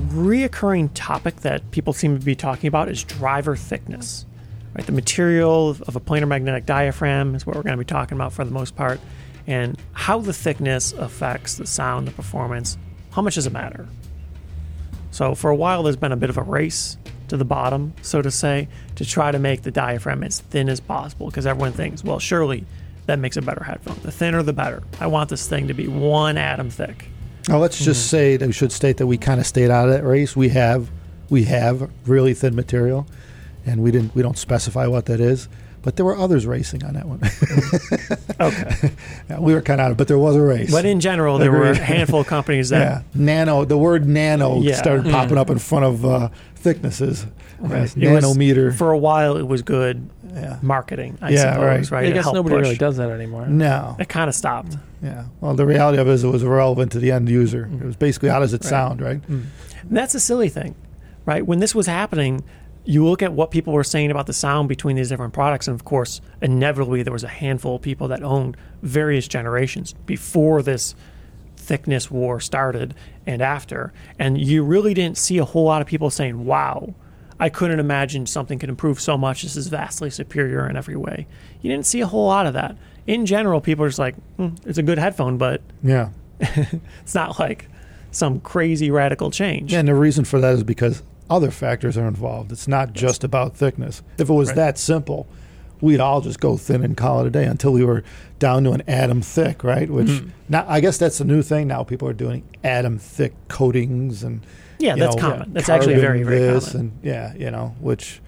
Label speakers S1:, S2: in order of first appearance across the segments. S1: reoccurring topic that people seem to be talking about is driver thickness. Right, the material of a planar magnetic diaphragm is what we're going to be talking about for the most part, and how the thickness affects the sound, the performance. How much does it matter? So for a while, there's been a bit of a race to the bottom, so to say, to try to make the diaphragm as thin as possible because everyone thinks, well, surely that makes a better headphone. The thinner, the better. I want this thing to be one atom thick.
S2: Now let's just
S1: Hmm.
S2: say that we should state that we kind of stayed out of that race. We have we have really thin material, and we didn't we don't specify what that is. But there were others racing on that one.
S1: Okay.
S2: Yeah, we were kind of out, of, but there was a race.
S1: but in general, there were a
S2: Agreed.
S1: handful of companies that
S2: yeah, nano. The word nano
S1: Yeah.
S2: started
S1: Mm.
S2: popping up in front of uh, thicknesses. Yes,
S1: It was-
S2: nanometer.
S1: for a while, it was good
S2: yeah.
S1: marketing, I
S2: Yeah,
S1: suppose, right?
S2: right.
S1: It
S3: I guess
S1: helped
S3: nobody
S1: push.
S3: really does that anymore.
S2: No.
S1: It kind of stopped.
S2: Yeah. Well, the reality of it is it was irrelevant to the end user. It was basically how does it sound, right?
S1: Hmm. And that's a silly thing, right? When this was happening, you look at what people were saying about the sound between these different products, and of course, inevitably there was a handful of people that owned various generations before this thickness war started and after. And you really didn't see a whole lot of people saying, wow, I couldn't imagine something could improve so much. This is vastly superior in every way. You didn't see a whole lot of that. In general, people are just like, "Hmm, it's a good headphone, but
S2: Yeah.
S1: it's not like some crazy radical change.
S2: And the reason for that is because other factors are involved. It's not just about thickness. If it was that simple, we'd all just go thin and call it a day until we were down to an atom thick, right? Which
S1: Hmm.
S2: now I guess that's the new thing now. People are doing atom thick coatings and
S1: Yeah,
S2: you
S1: that's
S2: know,
S1: common. That's actually very,
S2: carbon
S1: very
S2: this
S1: common.
S2: And yeah, you know, which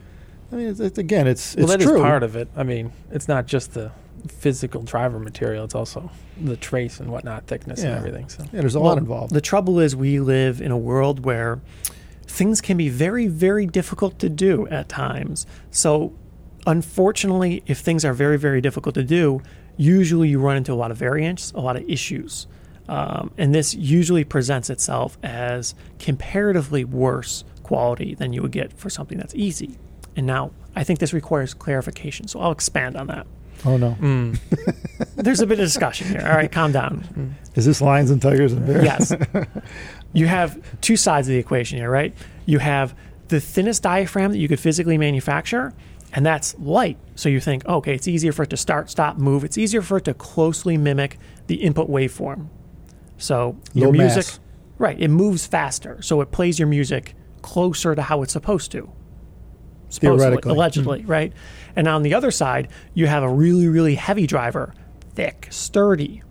S2: I mean, it's, it's, again, it's
S3: well,
S2: it's
S3: that is
S2: true.
S3: part of it. I mean, it's not just the physical driver material; it's also the trace and whatnot, thickness
S2: Yeah.
S3: and everything. So
S2: yeah, there's a
S1: Well,
S2: lot involved.
S1: The trouble is, we live in a world where things can be very, very difficult to do at times. So, unfortunately, if things are very, very difficult to do, usually you run into a lot of variants, a lot of issues. Um, and this usually presents itself as comparatively worse quality than you would get for something that's easy. And now I think this requires clarification, so I'll expand on that.
S2: oh no,
S1: Hmm. There's a bit of discussion here. All right, calm down.
S2: Hmm. is this lions and tigers and bears?
S1: Yes. you have two sides of the equation here, right? You have the thinnest diaphragm that you could physically manufacture, and that's light. So you think, okay, it's easier for it to start, stop, move. It's easier for it to closely mimic the input waveform. So your
S2: Low
S1: music,
S2: mass.
S1: right? It moves faster, so it plays your music closer to how it's supposed to. Supposedly,
S2: Theoretically. Hmm.
S1: allegedly, right? And on the other side, you have a really, really heavy driver, thick, sturdy.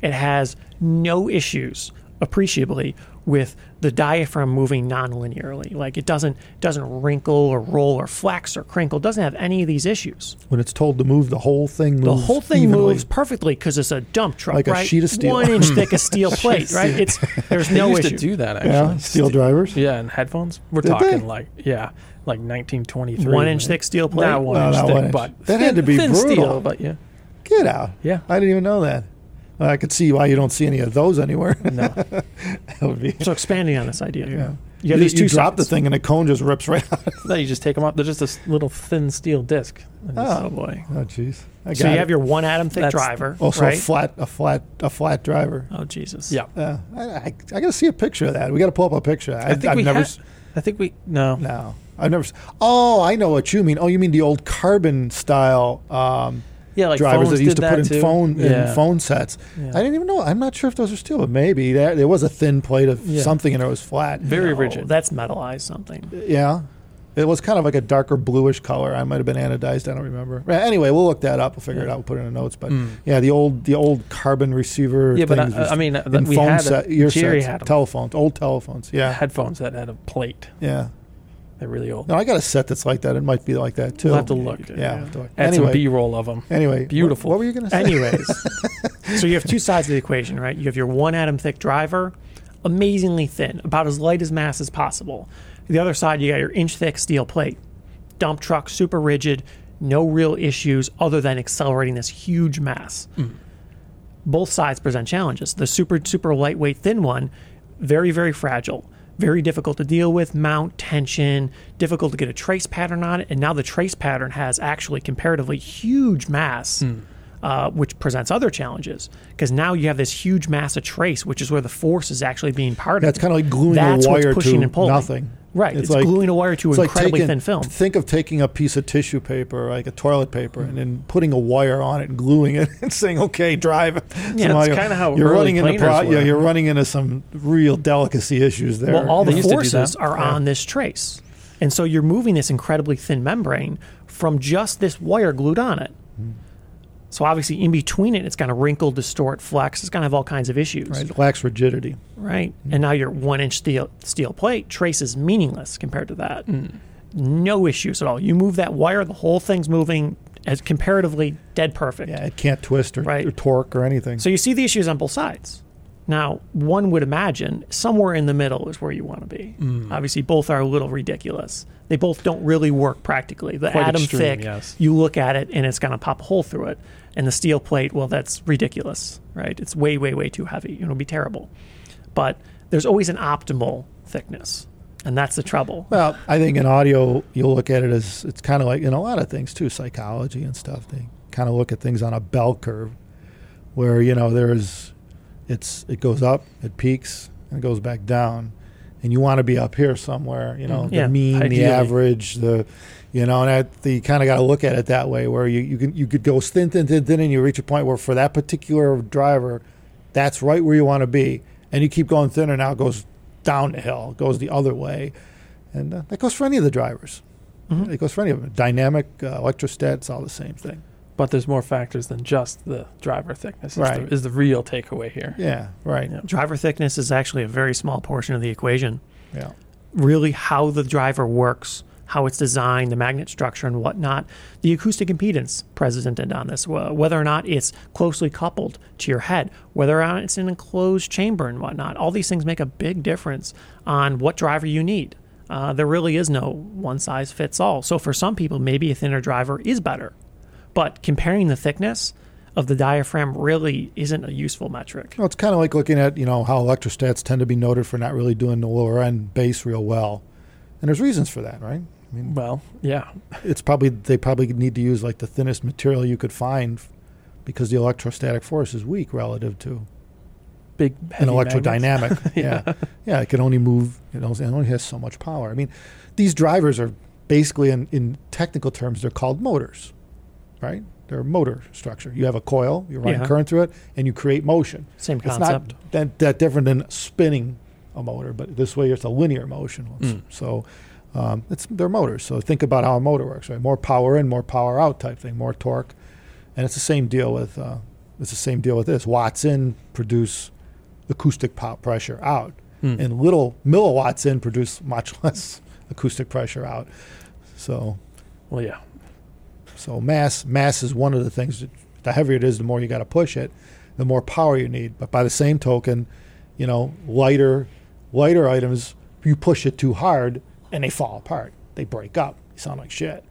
S1: It has no issues appreciably with the diaphragm moving non-linearly. Like it doesn't doesn't wrinkle or roll or flex or crinkle. It doesn't have any of these issues.
S2: When it's told to move, the whole thing moves.
S1: The whole thing
S2: evenly.
S1: moves perfectly because it's a dump truck,
S2: Like a
S1: right?
S2: sheet of steel.
S1: One inch thick of steel plate, right? It's there's
S3: they
S1: no
S3: used
S1: issue.
S3: to do that actually.
S2: Yeah, steel drivers.
S3: Yeah, and headphones. We're
S2: Did they?
S3: talking like yeah, like 1923.
S1: one inch
S3: man.
S1: thick steel plate.
S3: Not one
S2: No,
S3: inch
S2: not
S3: thick,
S2: one inch.
S3: but
S2: That
S3: thin,
S2: had to be
S3: thin
S2: brutal.
S3: steel. But yeah,
S2: Get out.
S3: yeah.
S2: I didn't even know that. Well, I could see why you don't see any of those anywhere.
S3: No,
S2: that would be.
S1: So expanding on this idea here.
S2: Yeah.
S1: You got
S2: you
S1: these two
S2: you drop the
S1: sides.
S2: thing and the cone just rips right out.
S3: no, you just take them off. They're just a s- little thin steel disc. And just-
S1: Oh boy.
S2: Oh, jeez. I got
S1: So you
S2: it.
S1: have your one atom thick
S3: That's-
S1: driver.
S2: also
S1: right?
S2: a flat, a flat, a flat driver.
S1: Oh Jesus.
S3: yeah.
S2: Uh, I, I, I got to see a picture of that. We got to pull up a picture. I,
S3: I think
S2: have
S3: we
S2: never.
S3: ha-
S2: s-
S3: I think we no.
S2: no, I've never. s- Oh, I know what you mean. Oh, you mean the old carbon style um,
S3: Yeah, like
S2: drivers
S3: phones
S2: that used
S3: did
S2: to put in
S3: too.
S2: phone
S3: Yeah.
S2: in phone sets.
S3: Yeah.
S2: I didn't even know. I'm not sure if those are steel, but maybe there, there was a thin plate of
S3: Yeah.
S2: something and it was flat.
S3: Very
S1: No,
S3: rigid.
S1: Oh, That's metalized something.
S2: Yeah. It was kind of like a darker bluish color. I might have been anodized. I don't remember. But anyway, we'll look that up. We'll figure it out. We'll put it in the notes. But yeah, the old the old carbon receiver.
S3: Mm. Yeah, but
S2: things
S3: I-
S2: was
S3: I mean, uh,
S2: in
S3: we
S2: phone
S3: had a-
S2: set, ear
S3: Jerry
S2: sets,
S3: had 'em.
S2: telephones, old telephones. Yeah,
S3: headphones that had a plate.
S2: yeah.
S3: They're really old.
S2: No, I got a set that's like that. It might be like that too.
S3: We'll have to look.
S2: Yeah. we'll have to look.
S3: Add some
S2: Anyway,
S3: B-roll of them.
S2: anyway, what-
S3: Beautiful.
S2: What, were you going to say?
S1: Anyways, so you have two sides of the equation, right? You have your one atom thick driver, amazingly thin, about as light as mass as possible. The other side, you got your inch thick steel plate, dump truck, super rigid, no real issues other than accelerating this huge mass. Both sides present challenges. The super, super lightweight, thin one, very, very fragile. Very difficult to deal with, mount, tension, difficult to get
S2: Hmm.
S1: a trace pattern on it. And now the trace pattern has actually comparatively huge mass uh, which presents other challenges because now you have this huge mass of trace, which is where the force is actually being parted.
S2: That's kind of like gluing
S1: That's
S2: a
S1: what's
S2: wire
S1: pushing
S2: to
S1: and pulling.
S2: nothing.
S1: Right, it's gluing a wire to
S2: it's
S1: incredibly
S2: taking-
S1: thin film.
S2: Think of taking a piece of tissue paper, like a toilet paper, and then putting a wire on it and gluing it and saying, "Okay, drive." it." Somehow
S3: that's
S2: you're-
S3: kinda how
S2: you're
S3: early
S2: running into
S3: planers were.
S2: yeah, you're running into some real delicacy issues there.
S1: Well, all
S3: They
S1: the
S3: used to do
S1: forces
S3: that.
S1: are on this trace. And so you're moving this incredibly thin membrane from just this wire glued on it.
S3: Hmm.
S1: So obviously, in between it, it's going to wrinkle, distort, flex. It's going to have all kinds of issues, right?
S2: It lacks rigidity.
S3: Hmm.
S1: And now your one-inch steel steel plate trace is meaningless compared to that.
S3: Hmm.
S1: No issues at all. You move that wire, the whole thing's moving as comparatively dead perfect.
S2: Yeah, it can't twist or,
S1: Right.
S2: or torque or anything.
S1: So you see the issues on both sides. Now, one would imagine somewhere in the middle is where you want to be.
S3: Mm.
S1: Obviously, both are a little ridiculous. They both don't really work practically. The
S3: Quite
S1: atom
S3: extreme,
S1: thick,
S3: yes.
S1: you look at it and it's going to pop a hole through it. And the steel plate, well, that's ridiculous, right? It's way, way, way too heavy. It'll be terrible. But there's always an optimal thickness, and that's the trouble.
S2: Well, I think in audio, you'll look at it as it's kind of like in a lot of things too, psychology and stuff. They kind of look at things on a bell curve, where you know there's, it's it goes up, it peaks, and it goes back down, and you want to be up here somewhere. You know,
S1: Mhm. Yeah,
S2: the mean,
S1: ideally.
S2: the average, the, you know, and that, the, you kind of got to look at it that way, where you you can you could go thin, thin, thin, thin, and you reach a point where for that particular driver, that's right where you want to be, and you keep going thinner. Now it goes down the hill, goes the other way. And uh, that goes for any of the drivers.
S1: Mm-hmm.
S2: It goes for any of them. Dynamic, uh, electrostats, all the same thing.
S3: But there's more factors than just the driver thickness. Is,
S2: Right.
S3: the, is the real takeaway here?
S2: Yeah, right. Yeah.
S3: Yeah.
S1: Driver thickness is actually a very small portion of the equation.
S2: yeah.
S1: really how the driver works, how it's designed, the magnet structure, and whatnot. The acoustic impedance presidented on this, wh- whether or not it's closely coupled to your head, whether or not it's in an enclosed chamber and whatnot. All these things make a big difference on what driver you need. Uh, there really is no one size fits all. So for some people, maybe a thinner driver is better, but comparing the thickness of the diaphragm really isn't a useful metric.
S2: Well, it's kind of like looking at, you know, how electrostats tend to be noted for not really doing the lower end bass real well. And there's reasons for that, right? I mean,
S3: Well, yeah.
S2: it's probably, they probably need to use like the thinnest material you could find f- because the electrostatic force is weak relative to
S3: Big
S2: an
S3: heavy magnets.
S2: electrodynamic. yeah. yeah, It can only move. You know, it only has so much power. I mean, these drivers are basically, in, in technical terms, they're called motors, right? They're a motor structure. You have a coil, you run
S1: Yeah.
S2: current through it, and you create motion.
S1: Same
S2: It's
S1: concept.
S2: not that, that different than spinning a motor, but this way it's a linear motion. So um, it's they're motors. So think about how a motor works, right? More power in, more power out type thing, more torque, and it's the same deal with uh, it's the same deal with this. Watts in produce acoustic pop pressure out, and little milliwatts in produce much less acoustic pressure out. So
S3: Well, yeah.
S2: so mass mass is one of the things that the heavier it is, the more you got to push it, the more power you need. But by the same token, you know, lighter lighter items, you push it too hard and they fall apart. They break up. You sound like shit.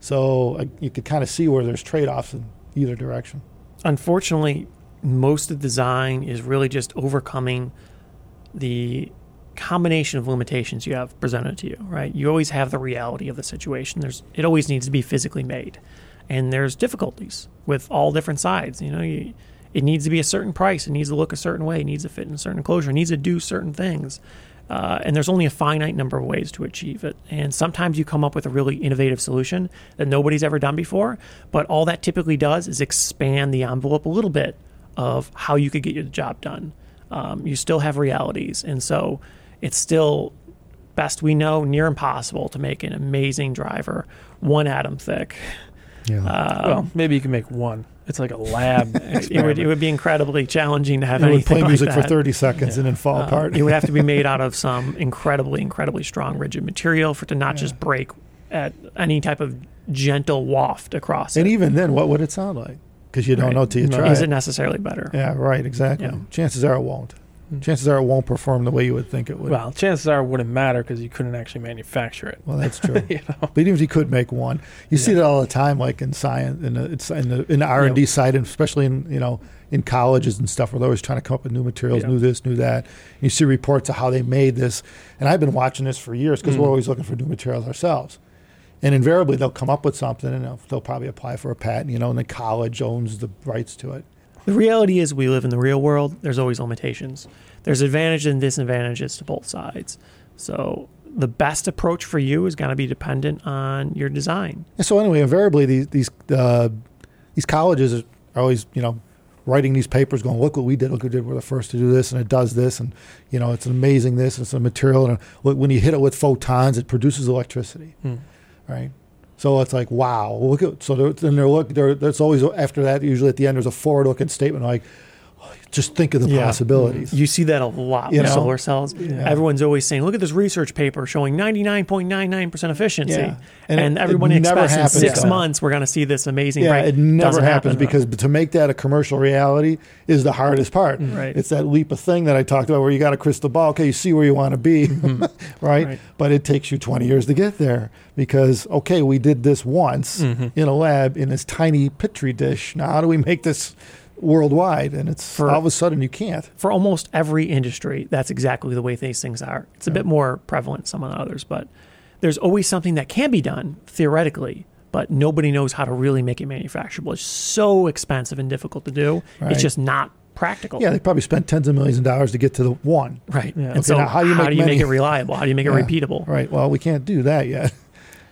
S2: So uh, you could kind of see where there's trade-offs in either direction.
S1: unfortunately, most of design is really just overcoming the combination of limitations you have presented to you, right? You always have the reality of the situation. There's it always needs to be physically made. And there's difficulties with all different sides. You know, you, it needs to be a certain price, it needs to look a certain way, it needs to fit in a certain enclosure, it needs to do certain things. Uh, and there's only a finite number of ways to achieve it. And sometimes you come up with a really innovative solution that nobody's ever done before, but all that typically does is expand the envelope a little bit of how you could get your job done. Um, you still have realities. And so it's still, best we know, near impossible to make an amazing driver one atom thick.
S2: Yeah.
S1: Uh,
S3: well, maybe you can make one. It's like a lab.
S1: It would, it would be incredibly challenging to have
S2: you would
S1: anything
S2: play
S1: like
S2: music for
S1: that.
S2: 30 seconds and then fall
S1: Um,
S2: apart.
S1: it would have to be made out of some incredibly, incredibly strong rigid material for it to not just break at any type of gentle waft across
S2: and
S1: it.
S2: even then, what would it sound like? Because you don't
S1: Right.
S2: know till you
S3: No.
S2: try.
S1: Is
S2: it.
S1: it necessarily better?
S2: yeah, right, exactly.
S1: Yeah. Hmm.
S2: Chances are it won't. Chances are it won't perform the way you would think it would.
S3: well, chances are it wouldn't matter because you couldn't actually manufacture it.
S2: Well, that's true. But even if you could make one, you see that all the time, like in science, in the it's in the in the R and D side, and especially in you know in colleges and stuff, where they're always trying to come up with new materials,
S3: Yeah.
S2: new this, new that. you see reports of how they made this, and I've been watching this for years because we're always looking for new materials ourselves. And invariably, they'll come up with something and they'll, they'll probably apply for a patent, you know, and the college owns the rights to it.
S1: The reality is, we live in the real world. There's always limitations. There's advantages and disadvantages to both sides. So the best approach for you is going to be dependent on your design.
S2: And so anyway, invariably these these uh, these colleges are always you know writing these papers, going, "Look what we did! Look what we did! We're the first to do this, and it does this, and you know it's an amazing this. It's a material, and look, when you hit it with photons, it produces electricity,
S1: Hmm.
S2: right?" So it's like, wow, look at so they're, then they're look there. There's always after that. Usually at the end, there's a forward-looking statement like, "Oh, just think of the
S1: Yeah.
S2: possibilities.
S1: You see that a lot
S2: You
S1: with
S2: know?
S1: solar cells.
S2: Yeah.
S1: Everyone's always saying, "Look at this research paper showing 99.99% efficiency,"
S2: Yeah.
S1: and,
S2: And it-
S1: everyone
S2: it never
S1: expects in
S2: happens,
S1: six
S2: though.
S1: months we're going to see this amazing.
S2: Yeah,
S1: break.
S2: it never
S1: Doesn't
S2: happens
S1: happen.
S2: because to make that a commercial reality is the hardest part.
S1: Right.
S2: It's that leap of thing that I talked about where you got a crystal ball. Okay, you see where you want to be, right?
S1: Mm-hmm. Right.
S2: But it takes you 20 years to get there because, okay, we did this once
S1: Mm-hmm.
S2: in a lab in this tiny Petri dish. Now, how do we make this worldwide? And it's
S1: For-
S2: all of a sudden you can't.
S1: for almost every industry, that's exactly the way these things are. It's a bit more prevalent in some than others, but there's always something that can be done theoretically, but nobody knows how to really make it manufacturable. It's so expensive and difficult to do.
S2: Right.
S1: It's just not practical.
S2: Yeah, they probably spent tens of millions of dollars to get to the one.
S1: Right. And
S2: Okay,
S1: so,
S2: now
S1: how
S2: how
S1: do
S2: do you make
S1: you make
S2: money?
S1: it reliable? How do you make it
S2: Yeah.
S1: repeatable?
S2: Right. Well, we can't do that yet.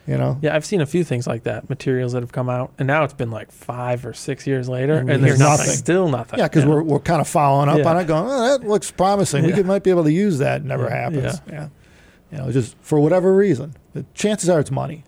S2: You know,
S3: Yeah, I've seen a few things like that, materials that have come out, and now it's been like five or six years later,
S1: And
S3: and,
S1: we
S3: there's
S1: hear
S2: nothing.
S3: still nothing.
S2: Yeah, because we're, we're kind of following up
S3: Yeah.
S2: on it, going, oh, that looks promising. We
S3: Yeah.
S2: could, might be able to use that. It never
S3: Yeah.
S2: happens. Yeah. You know, just for whatever reason. The chances are it's money.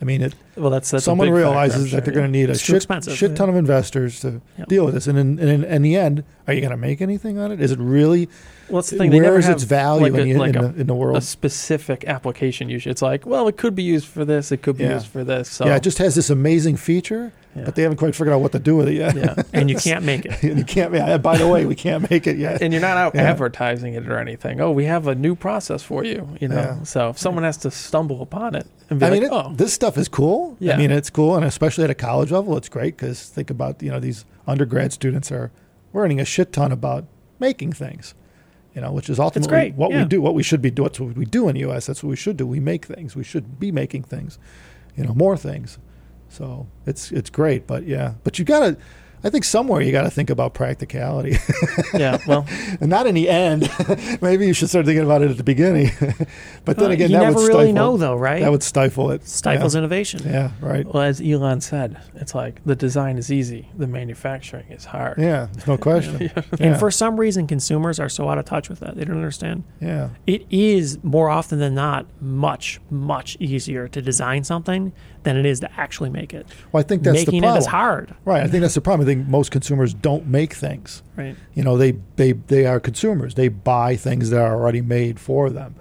S2: I mean, it,
S3: well, that's, that's a
S2: someone
S3: big factor, I'm
S2: realizes
S3: sure,
S2: that they're
S3: yeah.
S2: going to need a
S1: It's too
S2: shit,
S1: expensive,
S2: shit
S1: yeah.
S2: ton of investors to
S1: Yep.
S2: deal with this. And in, and in, in the end, are you going to make anything on it? Is it really,
S3: Well, that's the thing. They never
S2: where is
S3: have
S2: its value
S3: like a,
S2: in, the,
S3: like
S2: in,
S3: a,
S2: the, in the
S3: a
S2: world?
S3: specific application. Usually, it's like, well, it could be used for this. It could be
S2: Yeah.
S3: used for this. So
S2: Yeah, it just has this amazing feature,
S3: Yeah.
S2: but they haven't quite figured out what to do with it yet.
S3: yeah.
S1: And you can't make it.
S2: you can't, yeah, by the way, we can't make it yet.
S3: and you're not out
S2: Yeah.
S3: advertising it or anything. Oh, we have a new process for you. You know,
S2: Yeah.
S3: so if someone has to stumble upon it and be
S2: I
S3: like,
S2: mean, it,
S3: oh,
S2: this stuff is cool. I
S3: Yeah.
S2: mean, it's cool, and especially at a college level, it's great because think about you know these undergrad students are learning a shit ton about making things, you know, which is ultimately
S1: great,
S2: what
S1: yeah.
S2: we do, what we should be doing, what we do in U.S. That's what we should do. We make things. We should be making things, you know, more things. So it's it's great, but yeah, but you gotta. I think somewhere you got to think about practicality,
S3: yeah, well,
S2: and not in the end. Maybe you should start thinking about it at the beginning. but then
S1: Uh,
S2: again,
S1: you
S2: that
S1: never
S2: would
S1: really
S2: stifle,
S1: know, though, right?
S2: That would stifle it.
S1: Stifles
S2: yeah.
S1: innovation.
S2: Yeah, right.
S3: well, as Elon said, it's like the design is easy, the manufacturing is hard.
S2: Yeah, there's no question. yeah.
S1: And for some reason, consumers are so out of touch with that. They don't understand.
S2: yeah,
S1: it is more often than not much much easier to design something than it is to actually make it
S2: well, I think that's the
S1: making
S2: problem.
S1: it is hard
S2: Right, I think that's the problem. I think most consumers don't make things.
S1: right
S2: You know, they they they are consumers. They buy things that are already made for them,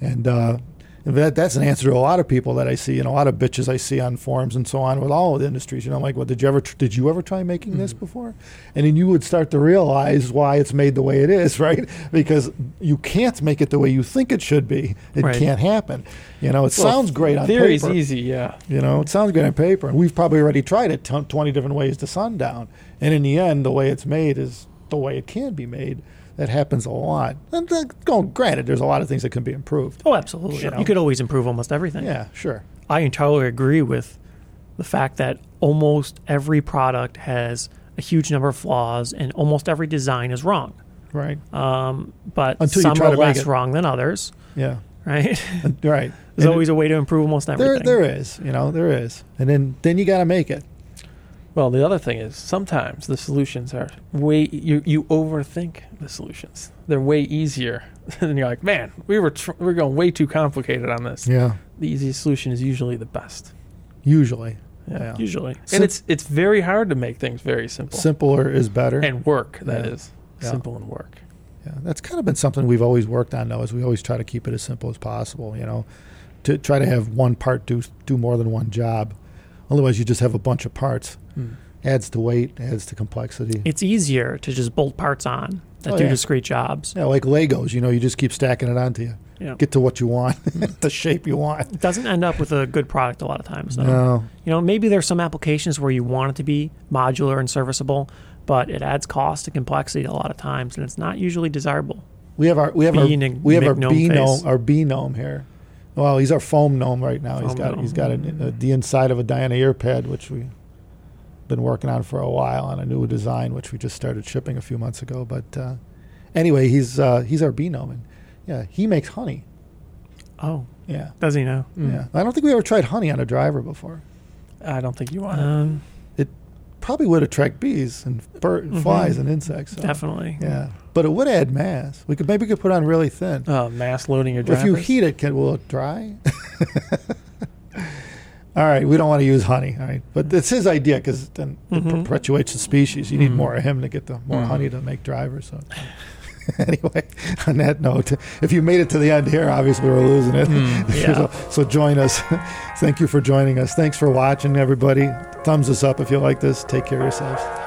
S2: and uh, that that's an answer to a lot of people that I see and a lot of bitches I see on forums and so on with all the industries. You know, I'm like, well, did you ever tr- did you ever try making this before? And then you would start to realize why it's made the way it is, right? Because you can't make it the way you think it should be. It
S1: Right.
S2: can't happen. You know, it
S3: Well,
S2: sounds great on
S3: theory's
S2: paper.
S3: easy, yeah.
S2: You know, it sounds good on paper, and we've probably already tried it t- 20 different ways to sundown. And in the end, the way it's made is the way it can be made. That happens a lot. And the, oh, granted, there's a lot of things that can be improved.
S1: oh absolutely
S2: Sure.
S1: you could always improve almost everything
S2: Yeah, sure.
S1: i entirely agree with the fact that almost every product has a huge number of flaws and almost every design is wrong
S2: Right.
S1: um, but
S2: Until you
S1: some
S2: try
S1: are
S2: to make
S1: less
S2: it.
S1: wrong than others
S2: yeah.
S1: right
S2: And- right.
S1: there's
S2: And
S1: always a way to improve almost
S2: there,
S1: everything
S2: there is. You know, there is. And then, then you got to make it.
S3: Well, the other thing is sometimes the solutions are way you you overthink the solutions. They're way easier, and you're like, man, we were tr- we we're going way too complicated on this.
S2: Yeah.
S3: The easiest solution is usually the best,
S2: Usually.
S3: Yeah.
S2: Yeah.
S1: usually
S2: Sim-
S3: and it's it's very hard to make things very simple
S2: Simpler is better.
S3: and work. That is
S2: Yeah. Yeah.
S3: simple and work.
S2: Yeah, that's kind of been something we've always worked on, though, is we always try to keep it as simple as possible. You know, to try to have one part do do more than one job. Otherwise, you just have a bunch of parts. Adds to weight, adds to complexity.
S1: it's easier to just bolt parts on that
S2: Oh,
S1: do
S2: yeah.
S1: discrete jobs
S2: yeah, like Legos. You know, you just keep stacking it onto you.
S1: Yeah.
S2: Get to what you want, the shape you want.
S1: doesn't end up with a good product a lot of times. Though.
S2: No.
S1: You know, maybe there's some applications where you want it to be modular and serviceable, but it adds cost and complexity a lot of times, and it's not usually desirable.
S2: We have our we have our
S1: Bean and
S2: we have our
S1: McGnome
S2: B gnome
S1: face.
S2: our B gnome here, Well, he's our foam gnome right now. he's
S1: Foam
S2: got
S1: gnome.
S2: he's got an, uh the inside of a Diana ear pad, which we've been working on for a while, on a new design, which we just started shipping a few months ago. But uh, anyway, he's uh, he's our bee gnome, and yeah, he makes honey.
S1: Oh,
S2: Yeah,
S1: does he know?
S2: yeah. I don't think we ever tried honey on a driver before.
S3: I don't think you want it.
S1: Um,
S2: Probably would attract bees and bird,
S1: Mm-hmm.
S2: and flies and insects. So.
S1: definitely.
S2: Yeah, but it would add mass. We could maybe we could put on really thin.
S3: Uh, mass loading your
S2: if you
S3: drivers.
S2: heat it, can will it dry? All right, we don't want to use honey. All right, but it's his idea because then it
S3: Mm-hmm.
S1: Mhm.
S2: perpetuates the species. You need
S3: Mhm.
S2: more of him to get the more
S3: Mhm.
S2: honey to make drivers. So anyway, on that note, if you made it to the end here, obviously we're losing it.
S3: Mm,
S1: yeah.
S2: so, so join us. Thank you for joining us. Thanks for watching, everybody. Thumbs us up if you like this. Take care of yourselves.